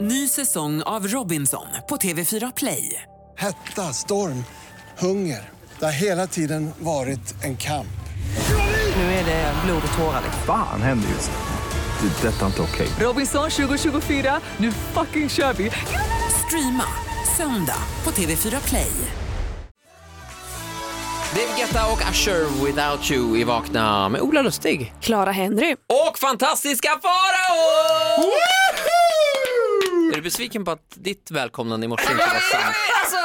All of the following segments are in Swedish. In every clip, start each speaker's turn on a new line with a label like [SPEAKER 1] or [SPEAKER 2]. [SPEAKER 1] Ny säsong av Robinson på TV4 Play.
[SPEAKER 2] Hetta, storm, hunger. Det har hela tiden varit en kamp.
[SPEAKER 1] Nu är det blod och tårar. liksom.
[SPEAKER 3] Fan händer just nu. Det. är Detta är inte okej.
[SPEAKER 1] Robinson 2024, nu fucking kör vi! Streama söndag på TV4 Play.
[SPEAKER 4] David Guetta och Usher Without You i Vakna med Ola Lustig.
[SPEAKER 5] Clara Henry.
[SPEAKER 4] Och fantastiska Farao! Är du besviken på att ditt välkomnande i morse inte var sant?
[SPEAKER 5] Alltså,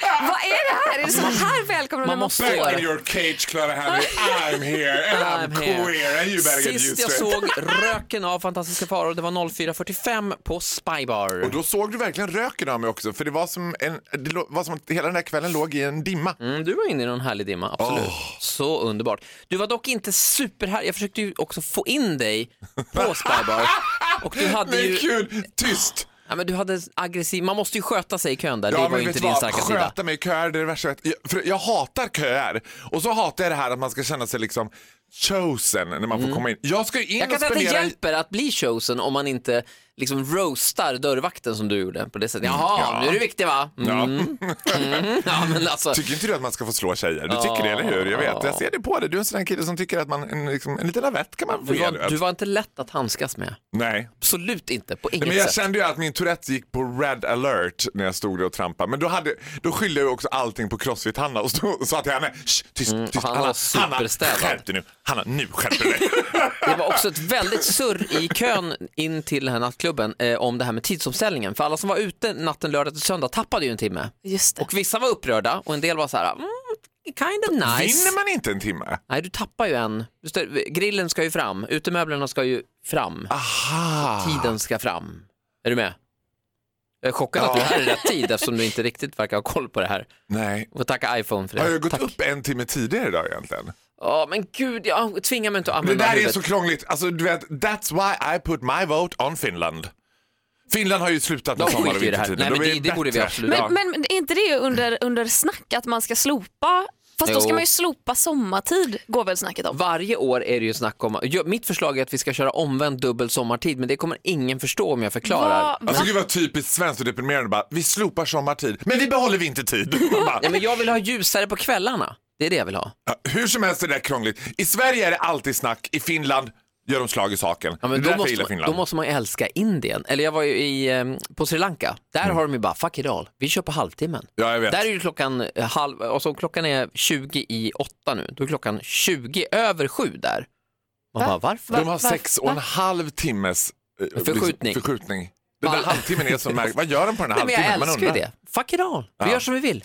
[SPEAKER 5] vad är det här? Är det så här välkomna
[SPEAKER 4] Man
[SPEAKER 5] när man
[SPEAKER 4] måste-
[SPEAKER 5] får?
[SPEAKER 6] Back in your cage, Clara Henry. I'm here and I'm,
[SPEAKER 4] I'm here.
[SPEAKER 6] queer. And eh, you better get
[SPEAKER 4] Sist
[SPEAKER 6] used
[SPEAKER 4] jag
[SPEAKER 6] to it.
[SPEAKER 4] såg röken av Fantastiska Farao, det var 04.45 på Spybar.
[SPEAKER 6] Och då såg du verkligen röken av mig också, för det var som, en, det lå- var som att hela den här kvällen låg i en dimma.
[SPEAKER 4] Mm, du var inne i någon härlig dimma, absolut. Så underbart. Du var dock inte superhär. Jag försökte ju också få in dig på Spybar. Och du hade
[SPEAKER 6] Men
[SPEAKER 4] ju...
[SPEAKER 6] kul! Tyst!
[SPEAKER 4] Ja, men du hade aggressiv... Man måste ju sköta sig i kön där.
[SPEAKER 6] Ja,
[SPEAKER 4] det var
[SPEAKER 6] men
[SPEAKER 4] ju
[SPEAKER 6] vet
[SPEAKER 4] inte
[SPEAKER 6] du
[SPEAKER 4] din
[SPEAKER 6] vad?
[SPEAKER 4] starka
[SPEAKER 6] Sköta
[SPEAKER 4] sida.
[SPEAKER 6] mig i köer, det är det värsta jag vet. jag, för jag hatar köer. Och så hatar jag det här att man ska känna sig liksom chosen när man får komma in. Jag ska ju in
[SPEAKER 4] Mm. Jag kan
[SPEAKER 6] och
[SPEAKER 4] säga att det
[SPEAKER 6] spendera...
[SPEAKER 4] hjälper att bli chosen om man inte liksom roastar dörrvakten som du gjorde på det sättet. Jaha, nu är du viktig va?
[SPEAKER 6] Mm, Ja.
[SPEAKER 4] Mm. Mm. Ja, men alltså.
[SPEAKER 6] Tycker inte du att man ska få slå tjejer? Du tycker det, eller hur? Jag vet, jag ser det på dig. Du är en sån här kille som tycker att man, en, liksom, en liten lavett kan man få
[SPEAKER 4] Du
[SPEAKER 6] ge.
[SPEAKER 4] var,
[SPEAKER 6] du vet.
[SPEAKER 4] du var inte lätt att handskas med.
[SPEAKER 6] Nej,
[SPEAKER 4] Absolut inte, på inget
[SPEAKER 6] Nej, men jag
[SPEAKER 4] sätt.
[SPEAKER 6] kände ju att min Tourette gick på red alert när jag stod där och trampade. Men då, hade, då skyllde jag ju också allting på Crossfit-Hanna och stod, sa till henne, "Shh, tyst, tyst,
[SPEAKER 4] han Mm, var
[SPEAKER 6] Hanna, Hanna,
[SPEAKER 4] superstädad."
[SPEAKER 6] skärp dig nu, Hanna, nu skärper du dig.
[SPEAKER 4] Det var också ett väldigt surr i kön in till den här nattklubben eh, om det här med tidsomställningen. För alla som var ute natten lördag till söndag tappade ju en timme.
[SPEAKER 5] Just det.
[SPEAKER 4] Och vissa var upprörda och en del var så här, mm, kind of nice.
[SPEAKER 6] Vinner man inte en timme?
[SPEAKER 4] Nej, du tappar ju en. Du stör- Grillen ska ju fram, utemöblerna ska ju fram,
[SPEAKER 6] Aha.
[SPEAKER 4] tiden ska fram. Är du med? Jag är chockad att du är här i rätt tid eftersom du inte riktigt verkar ha koll på det här.
[SPEAKER 6] Nej.
[SPEAKER 4] Och tacka iPhone för det.
[SPEAKER 6] Har jag gått
[SPEAKER 4] Tack.
[SPEAKER 6] upp en timme tidigare idag egentligen?
[SPEAKER 4] Ja, men gud, jag tvingar mig inte att
[SPEAKER 6] Det
[SPEAKER 4] använda
[SPEAKER 6] där är
[SPEAKER 4] huvudet.
[SPEAKER 6] så krångligt. Alltså, du vet, that's why I put my vote on Finland. Finland har ju slutat med
[SPEAKER 4] De
[SPEAKER 6] sommar
[SPEAKER 4] skiter
[SPEAKER 6] och
[SPEAKER 4] i det här. Nej,
[SPEAKER 6] vintertiden.
[SPEAKER 4] men
[SPEAKER 6] De är
[SPEAKER 4] det- det borde vi
[SPEAKER 6] bättre.
[SPEAKER 4] absolut-
[SPEAKER 5] Men,
[SPEAKER 4] Ja.
[SPEAKER 5] men är inte det under, under snack att man ska slopa? Fast
[SPEAKER 4] Jo.
[SPEAKER 5] då ska man ju slopa sommartid, går väl snacket om.
[SPEAKER 4] Varje år är det ju snack om, Jo, mitt förslag är att vi ska köra omvänd dubbel sommartid men det kommer ingen förstå om jag förklarar.
[SPEAKER 5] Va-
[SPEAKER 6] Alltså gud vad typiskt svenskt och deprimerande bara, vi slopar sommartid, men vi behåller vintertid. Bara,
[SPEAKER 4] Nej, men jag vill ha ljusare på kvällarna, det är det jag vill ha.
[SPEAKER 6] Ja, hur som helst är det där krångligt. I Sverige är det alltid snack, i Finland gör de slag i saken.
[SPEAKER 4] Ja,
[SPEAKER 6] det är
[SPEAKER 4] men
[SPEAKER 6] därför
[SPEAKER 4] då,
[SPEAKER 6] jag gillar
[SPEAKER 4] måste man,
[SPEAKER 6] Finland.
[SPEAKER 4] då måste man ju älska Indien. Eller jag var ju i, eh, på Sri Lanka, där
[SPEAKER 6] Mm.
[SPEAKER 4] har de ju bara fuck it all, vi kör på halvtimmen.
[SPEAKER 6] Ja, jag vet.
[SPEAKER 4] Där är ju klockan eh, halv, alltså klockan är 20 i åtta nu, då är klockan 20 över sju där. Man
[SPEAKER 5] Va?
[SPEAKER 4] bara varför?
[SPEAKER 6] De har
[SPEAKER 5] Va-
[SPEAKER 6] sex och en halv timmes eh,
[SPEAKER 4] Förskjutning.
[SPEAKER 6] Liksom, förskjutning. Den där
[SPEAKER 4] Va?
[SPEAKER 6] halvtimmen är så märklig. Vad gör de på den här
[SPEAKER 4] Nej, men jag
[SPEAKER 6] halvtimmen? Man
[SPEAKER 4] älskar ju
[SPEAKER 6] undrar.
[SPEAKER 4] det. Fuck it all, vi
[SPEAKER 6] Ja.
[SPEAKER 4] gör som vi vill.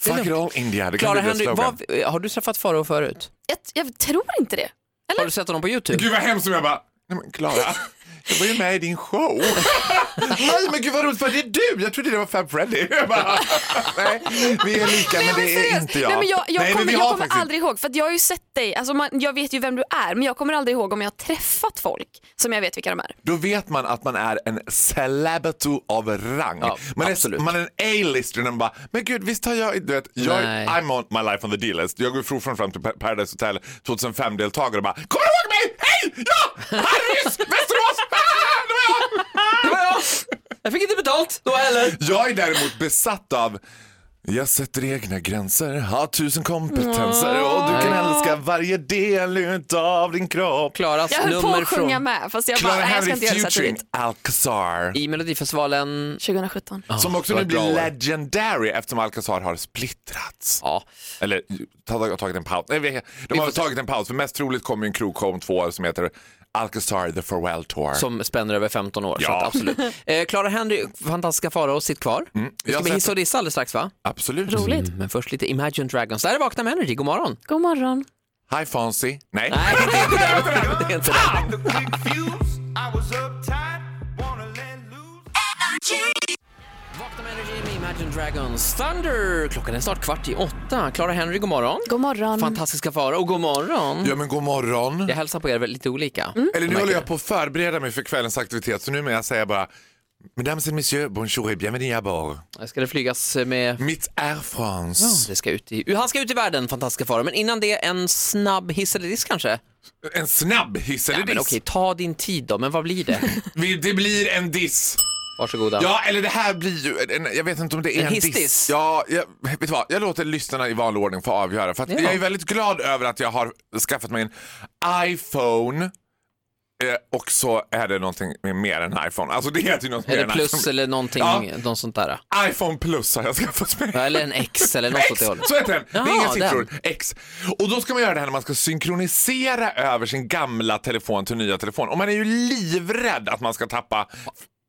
[SPEAKER 6] Fuck it all India, det kan
[SPEAKER 4] Klara
[SPEAKER 6] bli deras
[SPEAKER 4] Henry,
[SPEAKER 6] slogan.
[SPEAKER 4] vad, eh, har du träffat Farao förut?
[SPEAKER 5] Jag, jag tror inte det.
[SPEAKER 4] Har du sett honom på YouTube?
[SPEAKER 6] Gud vad hemskt om jag bara, nej men Klara, jag var ju med i din show. nej men gud vad roligt, för det är du, jag trodde det var Fab Freddy. Jag bara, nej, vi är lika men det är
[SPEAKER 5] seriöst.
[SPEAKER 6] inte jag.
[SPEAKER 5] Nej, men jag, jag
[SPEAKER 6] Nej, men
[SPEAKER 5] kommer,
[SPEAKER 6] vi
[SPEAKER 5] jag
[SPEAKER 6] har
[SPEAKER 5] kommer
[SPEAKER 6] faktiskt-
[SPEAKER 5] aldrig ihåg, för att jag har ju sett dig, alltså man, jag vet ju vem du är, men jag kommer aldrig ihåg om jag har träffat folk som jag vet vilka de är.
[SPEAKER 6] Då vet man att man är en celebrity av rang.
[SPEAKER 4] Ja,
[SPEAKER 6] man,
[SPEAKER 4] absolut.
[SPEAKER 6] är, man är en A-lister när man bara, men gud visst har jag, du vet, jag,
[SPEAKER 4] Nej.
[SPEAKER 6] I'm on my life on the D-list. Jag går från fram till Pa- Paradise Hotel 2005-deltagare och bara, kommer du ihåg mig? Hej! Ja! Här är Västerås! Ah, det var jag!
[SPEAKER 4] Det var jag! Jag fick inte betalt då heller.
[SPEAKER 6] Jag är däremot besatt av jag sätter egna gränser, har tusen kompetenser och du kan älska varje del utav din kropp.
[SPEAKER 4] Klaras
[SPEAKER 5] Jag höll på
[SPEAKER 4] nummer
[SPEAKER 5] att sjunga
[SPEAKER 4] från
[SPEAKER 5] med, fast jag bara,
[SPEAKER 6] Clara
[SPEAKER 5] nej, jag ska
[SPEAKER 6] Henry
[SPEAKER 5] inte göra det så här
[SPEAKER 6] featuring
[SPEAKER 5] tidigt.
[SPEAKER 6] Alcazar.
[SPEAKER 4] i Melodifestivalen.
[SPEAKER 5] 2017.
[SPEAKER 6] Som
[SPEAKER 4] det
[SPEAKER 6] också
[SPEAKER 4] var
[SPEAKER 6] nu
[SPEAKER 4] ett bra
[SPEAKER 6] blir
[SPEAKER 4] år.
[SPEAKER 6] legendary eftersom Alcazar har splittrats.
[SPEAKER 4] Ja,
[SPEAKER 6] Eller tagit, tagit en paus. Nej, vi- de har
[SPEAKER 4] får se.
[SPEAKER 6] tagit en paus för mest troligt kommer ju en krogshow om två år som heter Alcazar the Farewell Tour.
[SPEAKER 4] som spänner över 15 år. Så
[SPEAKER 6] Ja. Mm,
[SPEAKER 4] att absolut. Eh, Clara Henry, fantastiska Farao, sitt kvar. Vi
[SPEAKER 6] jag
[SPEAKER 4] ska
[SPEAKER 6] har
[SPEAKER 4] med
[SPEAKER 6] sett
[SPEAKER 4] hiss och diss alldeles strax va?
[SPEAKER 6] Absolut.
[SPEAKER 5] Roligt.
[SPEAKER 4] Men först lite Imagine Dragons. Där är Vakna med Energy, god morgon.
[SPEAKER 5] God morgon.
[SPEAKER 6] Hi Fonzie. Nej.
[SPEAKER 4] Nej, det är inte det. Det är inte det. Vakna med Energy med Imagine Dragons. Thunder! Klockan är snart kvart i åtta. Clara Henry, god morgon.
[SPEAKER 5] God morgon.
[SPEAKER 4] Fantastiska Farao, god morgon.
[SPEAKER 6] Ja men god morgon.
[SPEAKER 4] Jag hälsar på er väl lite olika.
[SPEAKER 6] Eller nu
[SPEAKER 4] märker
[SPEAKER 6] håller jag
[SPEAKER 4] det.
[SPEAKER 6] på att förbereda mig för kvällens aktivitet så numera säger jag bara Mesdames et messieurs, bonjour et bienvenue à bord.
[SPEAKER 4] Ska det flygas med
[SPEAKER 6] Mitt Air France.
[SPEAKER 4] Det ska ut i, han ska ut i världen, fantastiska faror. Men innan det, en snabb hiss eller diss kanske?
[SPEAKER 6] En snabb hiss eller
[SPEAKER 4] Ja, men
[SPEAKER 6] diss?
[SPEAKER 4] okej, ta din tid då, men vad blir det?
[SPEAKER 6] Vi- Det blir en diss.
[SPEAKER 4] Varsågoda.
[SPEAKER 6] Ja, eller det här blir ju, en, jag vet inte om det är
[SPEAKER 4] En
[SPEAKER 6] en,
[SPEAKER 4] hiss-diss?
[SPEAKER 6] diss. Ja, jag, vet du vad, jag låter lyssnarna i vanlig ordning få avgöra. För att
[SPEAKER 4] Ja.
[SPEAKER 6] Jag är väldigt glad över att jag har skaffat mig en iPhone eh, och så är det någonting med mer än iPhone. Alltså det heter ju något
[SPEAKER 4] Är
[SPEAKER 6] mer
[SPEAKER 4] det
[SPEAKER 6] än
[SPEAKER 4] plus
[SPEAKER 6] iPhone.
[SPEAKER 4] eller någonting,
[SPEAKER 6] Ja.
[SPEAKER 4] något sånt där?
[SPEAKER 6] iPhone plus har jag skaffat mig.
[SPEAKER 4] Ja, Eller en X eller något åt
[SPEAKER 6] X,
[SPEAKER 4] det hållet.
[SPEAKER 6] så heter den. det är inga
[SPEAKER 4] Jaha, den.
[SPEAKER 6] siffror. X. Och då ska man göra det här när man ska synkronisera över sin gamla telefon till nya telefon. Och man är ju livrädd att man ska tappa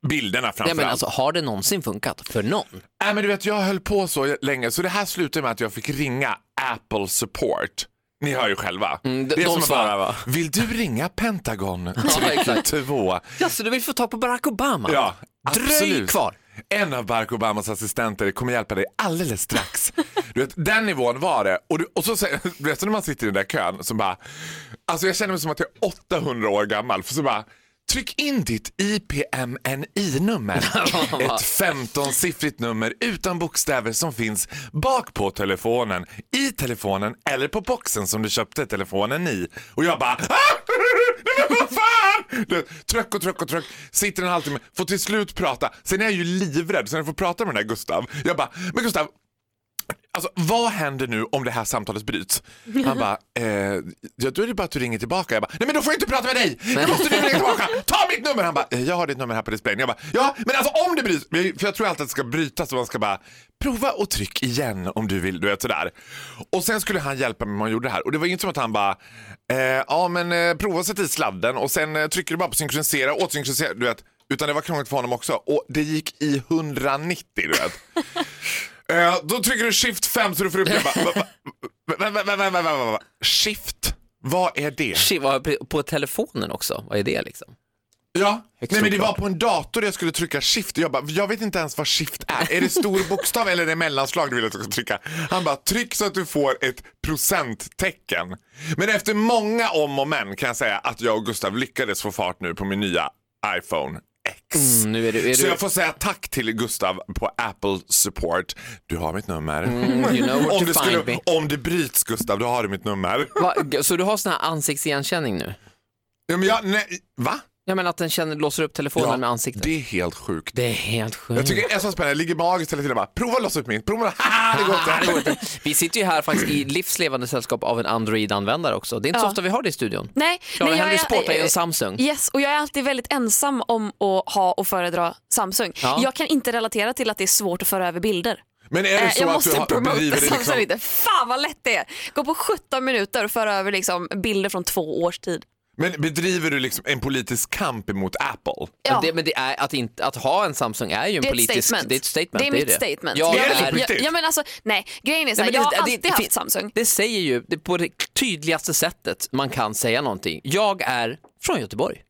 [SPEAKER 6] bilderna framför
[SPEAKER 4] Ja, men
[SPEAKER 6] allt.
[SPEAKER 4] alltså, har det någonsin funkat för någon?
[SPEAKER 6] Nej, men du vet, jag höll på så länge så det här slutade med att jag fick ringa Apple support. Ni hör ju själva.
[SPEAKER 4] Mm, de-
[SPEAKER 6] är
[SPEAKER 4] de
[SPEAKER 6] som att
[SPEAKER 4] svarar, va?
[SPEAKER 6] Vill du ringa Pentagon?
[SPEAKER 4] exakt.
[SPEAKER 6] Två.
[SPEAKER 4] Ja, så du vill få tag på Barack Obama?
[SPEAKER 6] Ja,
[SPEAKER 4] Dröj
[SPEAKER 6] absolut.
[SPEAKER 4] kvar.
[SPEAKER 6] En av Barack Obamas assistenter kommer hjälpa dig alldeles strax. Du vet, den nivån var det. Och, du, och så säger, du vet när man sitter i den där kön så bara, alltså jag känner mig som att jag är 800 år gammal. För så bara, tryck in ditt IPMNI-nummer. Ett 15-siffrigt nummer utan bokstäver som finns bak på telefonen, i telefonen eller på boxen som du köpte telefonen i. Och jag bara, "Ah!" Nej, men vad fan! Du vet, Tröck och tröck och tröck. Sitter en halvtimme, får till slut prata. Sen är jag ju livrädd, så när jag får prata med den där Gustav. Jag bara, men Gustav, alltså, vad händer nu om det här samtalet bryts? Han bara, eh, ja, då är det bara att du ringer tillbaka. Jag bara, nej men då får jag inte prata med dig! Jag måste nu ringa tillbaka! Ta mitt nummer! Han bara, eh, jag har ditt nummer här på displayen. Jag bara, ja men alltså om det bryts, men jag- för jag tror alltid att det ska brytas och man ska bara, prova och tryck igen om du vill, du vet sådär. Och sen skulle han hjälpa mig med hur man gjorde det här och det var ju inte som att han bara, eh, ja men eh, prova att sätta i sladden och sen eh, trycker du bara på synkronisera, återsynkronisera, du vet. Utan det var krångligt för honom också och det gick i 190 du vet. Eh, då trycker du shift 5 så du får upp det. Jag bara, va- va- va- va- va- va- va- va- va- va- Shift, vad är det?
[SPEAKER 4] Shit, vad- På telefonen också, vad är det liksom?
[SPEAKER 6] Ja,
[SPEAKER 4] Högst
[SPEAKER 6] nej men det var
[SPEAKER 4] oklart.
[SPEAKER 6] på en dator jag skulle trycka shift. Jag bara, jag vet inte ens vad shift är. Är det stor bokstav eller är det mellanslag du vill att jag ska trycka? Han bara, tryck så att du får ett procenttecken. Men efter många om och men kan jag säga att jag och Gustav lyckades få fart nu på min nya iPhone X.
[SPEAKER 4] Mm, nu är du, är
[SPEAKER 6] Så
[SPEAKER 4] du,
[SPEAKER 6] jag får säga tack till Gustav på Apple Support. Du har mitt nummer.
[SPEAKER 4] you know where
[SPEAKER 6] Mm. om,
[SPEAKER 4] to
[SPEAKER 6] det
[SPEAKER 4] find me.
[SPEAKER 6] skulle, om det bryts Gustav, då har du mitt nummer.
[SPEAKER 4] Va, så du har sån här ansiktsigenkänning nu?
[SPEAKER 6] Ja, men jag, nej, va?
[SPEAKER 4] Ja, men att den känner, låser upp telefonen med ansiktet?
[SPEAKER 6] Det är helt sjukt.
[SPEAKER 4] Det är helt sjukt.
[SPEAKER 6] Jag tycker det är så spännande. Jag ligger magiskt hela tiden och bara prova att lossa upp mitt. Prova. Haha, det går
[SPEAKER 4] Ah, det går
[SPEAKER 6] inte.
[SPEAKER 4] inte. Vi sitter ju här faktiskt i livslevande sällskap av en Android-användare också. Det är inte så
[SPEAKER 5] Ja.
[SPEAKER 4] ofta vi har det i studion.
[SPEAKER 5] Nej,
[SPEAKER 4] Clara
[SPEAKER 5] nej,
[SPEAKER 4] Henry Sport är ju en
[SPEAKER 5] eh,
[SPEAKER 4] Samsung.
[SPEAKER 5] Yes, och jag är alltid väldigt ensam om att ha och föredra Samsung.
[SPEAKER 4] Ja.
[SPEAKER 5] Jag kan inte relatera till att det är svårt att föra över bilder.
[SPEAKER 6] Men är
[SPEAKER 5] Eh,
[SPEAKER 6] det så
[SPEAKER 5] jag
[SPEAKER 6] att du
[SPEAKER 5] måste
[SPEAKER 6] har,
[SPEAKER 5] promota
[SPEAKER 6] bedriver det
[SPEAKER 5] Samsung
[SPEAKER 6] liksom,
[SPEAKER 5] lite. Fan vad lätt det är. Gå på 17 minuter och föra över liksom bilder från två års tid.
[SPEAKER 6] men bedriver du liksom en politisk kamp emot Apple?
[SPEAKER 5] Ja.
[SPEAKER 4] Men, det, men det är att, inte, att ha en Samsung är ju en
[SPEAKER 5] Det är ett
[SPEAKER 4] politisk...
[SPEAKER 5] statement.
[SPEAKER 4] Det är ett statement.
[SPEAKER 5] Det är mitt statement.
[SPEAKER 4] Ja,
[SPEAKER 5] jag,
[SPEAKER 6] Är det så på
[SPEAKER 5] jag-
[SPEAKER 6] riktigt?
[SPEAKER 5] Ja, men alltså, nej, grejen är så här,
[SPEAKER 4] Nej,
[SPEAKER 5] jag
[SPEAKER 4] men
[SPEAKER 5] har
[SPEAKER 4] det- det-
[SPEAKER 5] alltid
[SPEAKER 4] det
[SPEAKER 5] haft
[SPEAKER 4] fin-
[SPEAKER 5] Samsung.
[SPEAKER 4] Det säger ju det, på det tydligaste sättet man kan säga någonting. Jag är från Göteborg.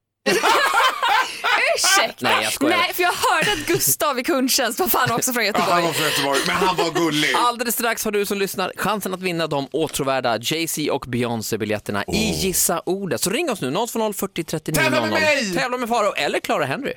[SPEAKER 5] Ursäkta!
[SPEAKER 4] Nej, jag skojar.
[SPEAKER 5] Nej, för jag hörde att Gustav i kundtjänst var fan också från
[SPEAKER 6] Ja, han
[SPEAKER 5] Göteborg.
[SPEAKER 6] var från Göteborg, men han var gullig.
[SPEAKER 4] Alldeles strax har du som lyssnar chansen att vinna de åtråvärda Jay-Z och Beyoncé-biljetterna i Gissa ordet. Så ring oss nu, 020 40 39
[SPEAKER 6] Oh. Tävla med
[SPEAKER 4] 00.
[SPEAKER 6] mig!
[SPEAKER 4] Tävla med Faro eller Clara Henry.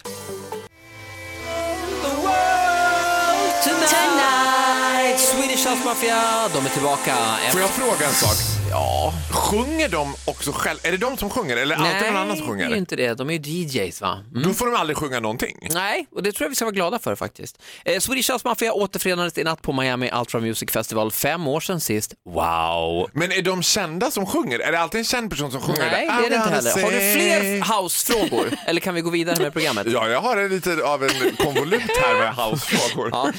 [SPEAKER 4] Tonight, Swedish House Mafia, de är tillbaka.
[SPEAKER 6] Får jag fråga en sak? Ja. Sjunger de också själv? Är det de som sjunger eller är det alltid någon annan som
[SPEAKER 4] Nej, det är ju
[SPEAKER 6] sjunger?
[SPEAKER 4] inte det. De är ju DJs va? Mm.
[SPEAKER 6] Då får de aldrig sjunga någonting.
[SPEAKER 4] Nej, och det tror jag vi ska vara glada för faktiskt. Eh, Swedish House Mafia återförenades i natt på Miami Ultra Music Festival fem år sedan sist. Wow!
[SPEAKER 6] Men är de kända som sjunger? Är det alltid en känd person som sjunger?
[SPEAKER 4] Nej, det
[SPEAKER 6] I'm
[SPEAKER 4] är det inte
[SPEAKER 6] gonna
[SPEAKER 4] heller. Har du
[SPEAKER 6] say-
[SPEAKER 4] fler housefrågor? Eller kan vi gå vidare med programmet?
[SPEAKER 6] Ja, jag har en lite av en konvolut här med housefrågor.
[SPEAKER 4] Ja.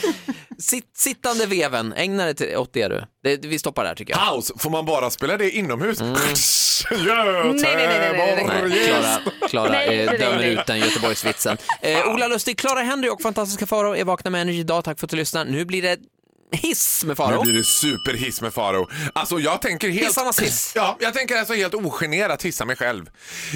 [SPEAKER 4] Sitt, sittande veven, ägna dig till- åt det du. Det, vi stoppar där tycker jag.
[SPEAKER 6] House, får man bara spela det inomhus?
[SPEAKER 5] nej, nej, nej, nej,
[SPEAKER 6] Göteborg.
[SPEAKER 4] Mm. Nej, Klara, Klara
[SPEAKER 5] Nej,
[SPEAKER 4] eh,
[SPEAKER 5] nej,
[SPEAKER 4] dömer
[SPEAKER 5] nej.
[SPEAKER 4] ut den Göteborgsvitsen. Eh, Ola Lustig, Klara Henry och fantastiska Faro är vakna med Energy idag. Tack för att du lyssnade. Nu blir det hiss med
[SPEAKER 6] Nu
[SPEAKER 4] Faro.
[SPEAKER 6] blir det superhiss med Faro. Alltså jag tänker helt...
[SPEAKER 4] Hissarnas hiss.
[SPEAKER 6] Ja, jag tänker alltså helt ogenerat hissa mig själv.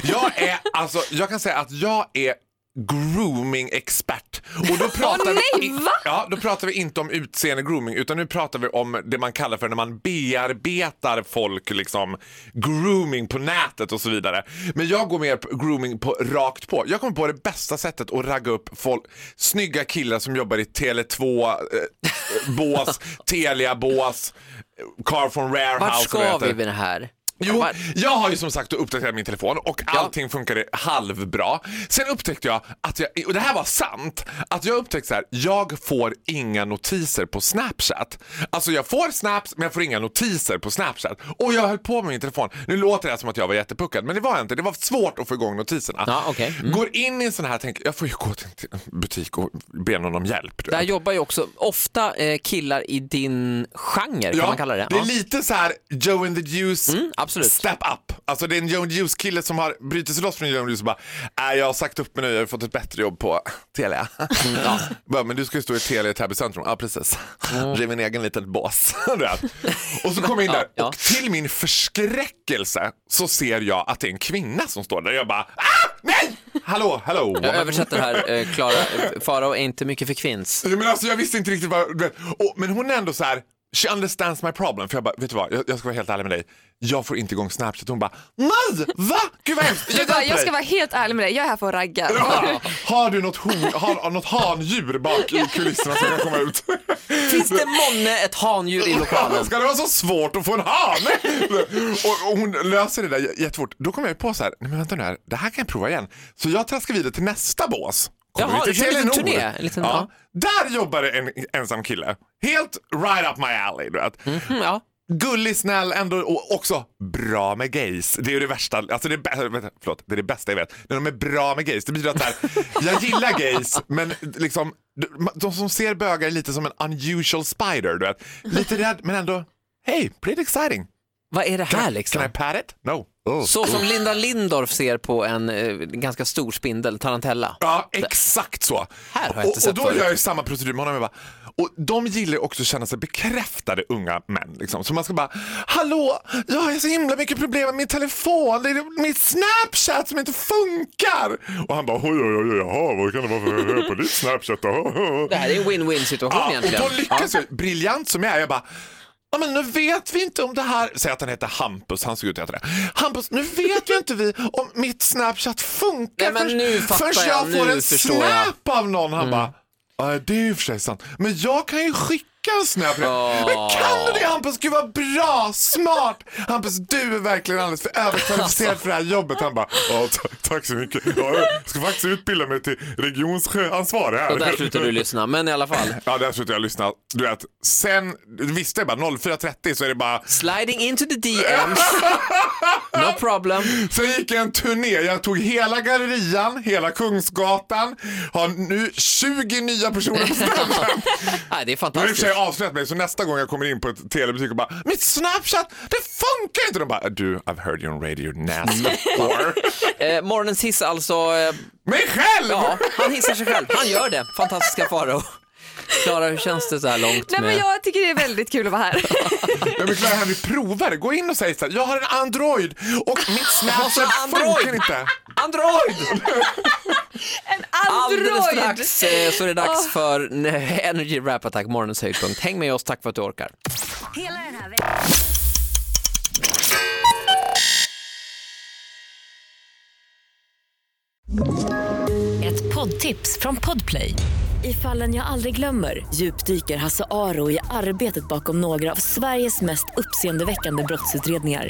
[SPEAKER 6] Jag är, alltså, jag kan säga att jag är grooming-expert. Och då pratar,
[SPEAKER 5] Åh,
[SPEAKER 6] vi,
[SPEAKER 5] nej, va?
[SPEAKER 6] ja, då pratar vi inte om utseende grooming utan nu pratar vi om det man kallar för när man bearbetar folk, liksom grooming på nätet och så vidare. Men jag går mer på grooming på, rakt på. Jag kommer på det bästa sättet att ragga upp folk, snygga killar som jobbar i Tele2, eh, bås, Telia-bås, Car from Rare
[SPEAKER 4] Vart
[SPEAKER 6] House. och vad
[SPEAKER 4] ska
[SPEAKER 6] det
[SPEAKER 4] vi
[SPEAKER 6] heter.
[SPEAKER 4] med det här?
[SPEAKER 6] Jo, jag har ju som sagt uppdaterat min telefon och allting funkade halvbra. Sen upptäckte jag, att jag, och det här var sant, att jag upptäckte så här, jag får inga notiser på Snapchat. Alltså jag får snaps men jag får inga notiser på Snapchat. Och jag höll på med min telefon. Nu låter det här som att jag var jättepuckad men det var jag inte. Det var svårt att få igång notiserna.
[SPEAKER 4] Ja, okej. Mm.
[SPEAKER 6] Går in i en sån här, tänker jag får ju gå till en t- butik och be någon om hjälp. du
[SPEAKER 4] Där
[SPEAKER 6] vet.
[SPEAKER 4] jobbar ju också ofta eh, killar i din genre, kan man kalla det? Mm,
[SPEAKER 6] är lite så här Joe and the Juice
[SPEAKER 4] absolut.
[SPEAKER 6] step up. Alltså det är en Joe and the Juice kille som har brutit sig loss från Joe and the Juice och bara, äh, jag har sagt upp mig nu, jag har fått ett bättre jobb på Telia.
[SPEAKER 4] Mm,
[SPEAKER 6] Bara, Men du ska ju stå i Telia i Täby centrum. Ja precis, driv en egen liten bås. Du vet. och så kommer jag in där
[SPEAKER 4] Mm. Ja, ja.
[SPEAKER 6] och till min förskräckelse så ser jag att det är en kvinna som står där. Jag bara, ah, nej! Hallå, hallå!
[SPEAKER 4] Jag översätter här, eh, Klara. Eh, Farao är inte mycket för kvinns.
[SPEAKER 6] Ja, Men alltså, jag visste inte riktigt vad... du vet. Och, men hon är ändå så här... She understands my problem. För jag bara, vet du vad? Jag, jag ska vara helt ärlig med dig. Jag får inte igång Snapchat. Hon bara, nej! Va? Gud vad hemskt!
[SPEAKER 5] Du bara,
[SPEAKER 6] hjälper
[SPEAKER 5] jag ska
[SPEAKER 6] dig."
[SPEAKER 5] vara helt ärlig med dig, jag är här för att ragga.
[SPEAKER 6] Ja. Har du något, hon, har, något handjur bak i kulisserna som kan komma ut?
[SPEAKER 4] Finns det månne ett handjur i lokalen?
[SPEAKER 6] Ska det vara så svårt att få en hane? och, och hon löser det där j- jättefort. Då kommer jag ju på så här, nej men vänta nu här, det här kan jag prova igen. Så jag traskar vidare till nästa bås. Kommer
[SPEAKER 4] Jaha,
[SPEAKER 6] vi
[SPEAKER 4] du kör en liten
[SPEAKER 6] Telenor.
[SPEAKER 4] turné, liksom, en liten-
[SPEAKER 6] ja. Där jobbar det en ensam kille. Helt right up my alley, du vet.
[SPEAKER 4] Mm, ja.
[SPEAKER 6] Gullig, snäll, ändå och också bra med gays. Det är ju det värsta, alltså det, är bä- vänta, förlåt, det är det bästa jag vet. När de är bra med gays, det betyder att så här, jag gillar gays men liksom de- de som ser bögar är lite som en unusual spider, du vet. Lite rädd men ändå, hey, pretty exciting.
[SPEAKER 4] Vad är det här
[SPEAKER 6] Can
[SPEAKER 4] liksom?
[SPEAKER 6] I pat it? No. Oh.
[SPEAKER 4] Så som Linda Lindorff ser på en eh, ganska stor spindel, tarantella.
[SPEAKER 6] Ja, exakt så.
[SPEAKER 4] Här har jag inte
[SPEAKER 6] och,
[SPEAKER 4] sett
[SPEAKER 6] och då
[SPEAKER 4] förut.
[SPEAKER 6] gör jag ju samma procedur med honom. Jag bara, och de gillar ju också att känna sig bekräftade unga män. Liksom. Så man ska bara, hallå, jag har så himla mycket problem med min telefon. Det är min Snapchat som inte funkar. Och han bara, oj, oj, oj, jaha, vad kan det vara för fel på ditt Snapchat då?
[SPEAKER 4] Det här är en win-win situation
[SPEAKER 6] Ja, och
[SPEAKER 4] egentligen.
[SPEAKER 6] då lyckas jag, briljant som jag är, jag bara Ja, men nu vet vi inte om det här, säg att han heter Hampus, han såg ut att heta det. Hampus, nu vet ju inte vi om mitt Snapchat funkar
[SPEAKER 4] Nej, men
[SPEAKER 6] förrän-
[SPEAKER 4] nu fattar
[SPEAKER 6] förrän
[SPEAKER 4] jag,
[SPEAKER 6] jag får
[SPEAKER 4] nu
[SPEAKER 6] en
[SPEAKER 4] förstår jag. Mm.
[SPEAKER 6] snap av någon. Han bara, ja det är ju i och för sig sant, men jag kan ju skicka en snap. Men kan du det Hampus? Gud vad bra, smart! Hampus, du är verkligen alldeles för överkvalificerad för det här jobbet. Han bara, ja ta- tack så mycket. Ja, jag ska faktiskt utbilda mig till regionsansvarig här.
[SPEAKER 4] Och där slutar du lyssna, men i alla fall.
[SPEAKER 6] Ja, där slutade jag lyssna. Du vet, sen, visst det är bara 04.30 så är det bara...
[SPEAKER 4] Sliding into the DMs. No problem.
[SPEAKER 6] Sen gick jag en turné. Jag tog hela gallerian, hela Kungsgatan. Har nu 20 nya personer på ställen.
[SPEAKER 4] Nej, det är
[SPEAKER 6] Nu har i och för
[SPEAKER 4] fantastiskt.
[SPEAKER 6] sig avslöjat mig så nästa gång jag kommer in på ett telebutik och bara Mitt Snapchat, det funkar inte! De bara du, I've heard you on radio nasty
[SPEAKER 4] Mm.
[SPEAKER 6] whore.
[SPEAKER 4] Eh, morgonens hiss alltså. Eh,
[SPEAKER 6] Mig själv!
[SPEAKER 4] ja, han hissar sig själv. Han gör det. Fantastiska Farao. Klara, hur känns det så här långt?
[SPEAKER 5] Nej men
[SPEAKER 4] med-
[SPEAKER 5] jag tycker det är väldigt kul att vara här.
[SPEAKER 6] Jag vill klara Henry, prova det. Gå in och säg så här, jag har en Android och mitt Snapchat
[SPEAKER 4] Android.
[SPEAKER 6] funkar inte.
[SPEAKER 4] Android!
[SPEAKER 5] En
[SPEAKER 4] Alldeles
[SPEAKER 5] Android! Ah.
[SPEAKER 4] strax eh, så är det dags för eh, Energy Rap Attack, morgonens höjdpunkt. Häng med oss, tack för att du orkar.
[SPEAKER 7] Hela den här veckan. Ett poddtips från Podplay.
[SPEAKER 8] I fallen jag aldrig glömmer djupdyker Hasse Aro i arbetet bakom några av Sveriges mest uppseendeväckande brottsutredningar.